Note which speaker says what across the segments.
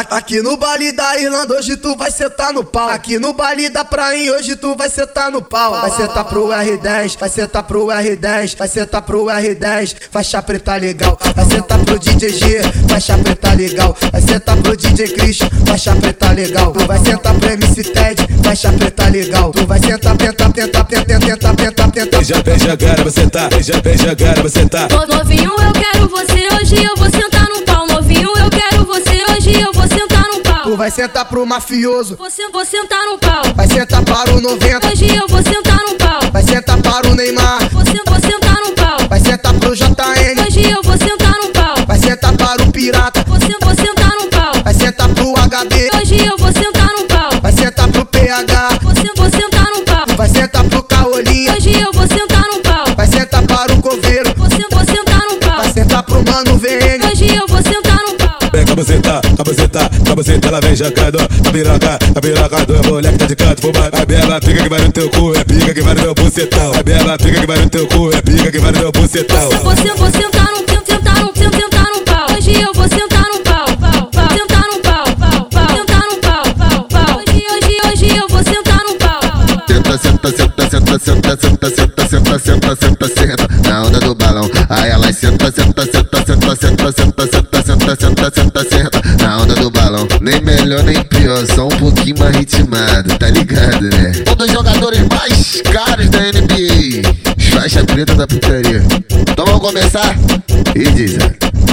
Speaker 1: Aqui no baile da Irlanda hoje tu vai sentar no pau. Aqui no baile da praia hoje tu vai sentar no pau. Vai sentar pro R10, vai sentar pro R10, vai sentar pro R10, faixa preta legal. Vai sentar pro DJ G, faixa preta legal. Vai sentar pro DJ Christian, faixa preta legal. Tu vai sentar pro MC Ted, faixa preta legal. Tu vai sentar, tenta, tenta, tenta, tenta, tenta, tenta.
Speaker 2: Beija, beija, cara, você tá. Beija, beija, cara, você tá.
Speaker 3: Ô, Novinho, eu quero você hoje, eu vou sentar no pau. Novinho, eu quero você hoje, eu vou sentar no
Speaker 1: Tu
Speaker 3: pau.
Speaker 1: vai sentar pro mafioso,
Speaker 3: Vou, sen- vou sentar no pau.
Speaker 1: vai sentar para o 90,
Speaker 3: Hoje eu vou sentar no pau.
Speaker 1: vai sentar para o Neymar.
Speaker 3: Vou, sen- vou sentar no pau.
Speaker 1: Vai sentar pro JN,
Speaker 3: Hoje eu vou sentar no pau.
Speaker 1: vai sentar para o Pirata,
Speaker 3: Vou, sen- vou sentar no pau.
Speaker 1: vai sentar pro HB,
Speaker 3: Hoje eu vou sentar no pau.
Speaker 1: vai sentar pro PH,
Speaker 3: Vou, sen- vou sentar no pau.
Speaker 1: vai sentar pro Caolinha,
Speaker 3: Hoje eu vou sentar no pau.
Speaker 1: vai sentar para o Coveiro,
Speaker 3: Vou, sen- vou sentar no pau.
Speaker 1: vai sentar pro Mano VN,
Speaker 3: Hoje eu vou sentar no pau.
Speaker 2: Vem cá, você tá. Cá, você tá. Cá, você tá. Ela vem jacando. A piroca, a piroca do moleque tá de canto. Fuma. A bela pica que vai no teu cu. É pica que vai no meu bucetão. A bela pica que vai no teu cu. É pica que vai no meu bucetão.
Speaker 3: Vou, sen- vou sentar no sen- sentar no sen- sentar no pau. Hoje eu vou sentar no pau. pau, pau. Sentar no pau. pau, pau. Sentar no pau. pau, pau. Hoje, hoje, hoje eu vou sentar no pau.
Speaker 4: Senta, senta, senta, senta, senta, senta, senta, senta, senta, senta, senta, na onda do balão. Aí ela senta, senta, senta, senta, senta, senta, senta, senta, senta, senta, senta, na onda do balão. Nem melhor nem pior, só um pouquinho mais ritmado, tá ligado, né? Um dos jogadores mais caros da NBA. Faixa preta da putaria. Então vamos começar? E dizem,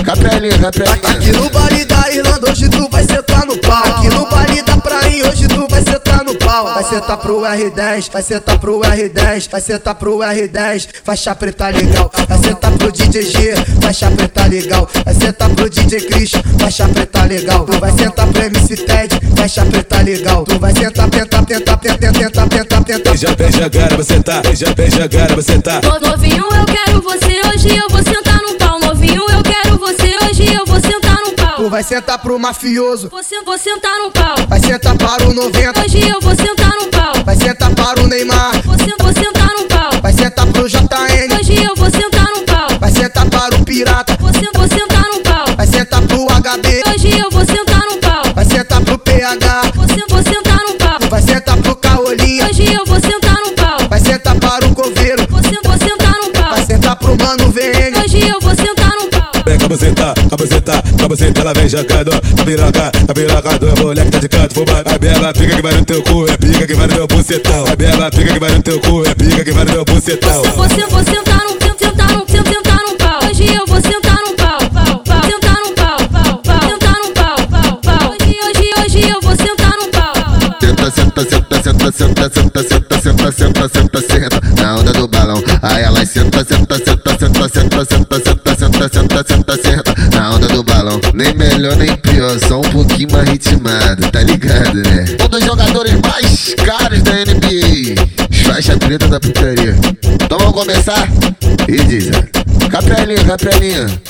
Speaker 4: capelinha,
Speaker 1: Aqui
Speaker 4: capelinha.
Speaker 1: no baile da Irlanda hoje tu vai sentar no pau. Aqui no baile da praia hoje tu vai sentar no pau. Vai sentar pro R10, vai sentar pro R10, vai sentar pro R10, faixa preta legal. Vai sentar pro DJ G, faixa preta legal. Vai sentar pro DJ Christian, faixa preta legal. Tu vai sentar pro MC Ted, faixa preta legal. Tu vai sentar, tenta, tenta, tenta, tenta, tenta, tenta.
Speaker 2: Beija, beija, cara, você tá. Beija, beija, cara, você tá.
Speaker 3: No- Novinho, eu quero você hoje, eu vou sentar no pau. Novinho, eu quero você hoje, eu vou sentar no
Speaker 1: Tu
Speaker 3: pau.
Speaker 1: vai sentar pro mafioso,
Speaker 3: Vou, sen- vou sentar no pau.
Speaker 1: vai sentar para o 90,
Speaker 3: Hoje eu vou sentar no pau.
Speaker 1: vai sentar para o Neymar,
Speaker 3: Vou, sen- vou sentar no pau.
Speaker 1: vai sentar pro JN.
Speaker 3: Hoje eu vou sentar no pau.
Speaker 1: Vai sentar para o pirata,
Speaker 3: Vou, sen- vou sentar no pau.
Speaker 1: vai sentar pro HB,
Speaker 3: Hoje eu vou sentar no pau.
Speaker 1: vai sentar pro PH,
Speaker 3: Vou, sen- vou sentar no pau.
Speaker 1: vai sentar pro Caolinha,
Speaker 3: Hoje eu vou sentar no pau.
Speaker 1: vai sentar para o coveiro,
Speaker 3: Vou, sen- vou sentar no pau.
Speaker 1: vai sentar pro mano VN,
Speaker 3: Hoje eu vou sentar no pau.
Speaker 2: Vem cá, você tá. Cá, você tá. Cá, você tá. Ela vem jacando. A piroca, a piroca do moleque tá de canto. Fuma. A bela pica que vai no teu cu. É pica que vai no meu bucetão. A bela pica que vai no teu cu. É pica que vai no meu bucetão.
Speaker 3: Vou, sen- vou sentar no sen- sentar no sen- sentar no pau. Hoje eu vou sentar no pau. pau, pau. Sentar no pau. pau, pau. Sentar no pau. pau, pau. Hoje, hoje, hoje eu vou sentar no pau.
Speaker 4: Senta, senta, senta, senta, senta, senta, senta, senta, senta, senta, senta, na onda do balão. Aí ela senta, senta, senta, senta, senta, senta, senta, senta, senta, senta, senta, na onda do balão. Nem melhor nem pior, só um pouquinho mais ritmado, tá ligado, né? Um dos jogadores mais caros da NBA. Faixa preta da putaria. Então vamos começar? E dizem, capelinha, capelinha.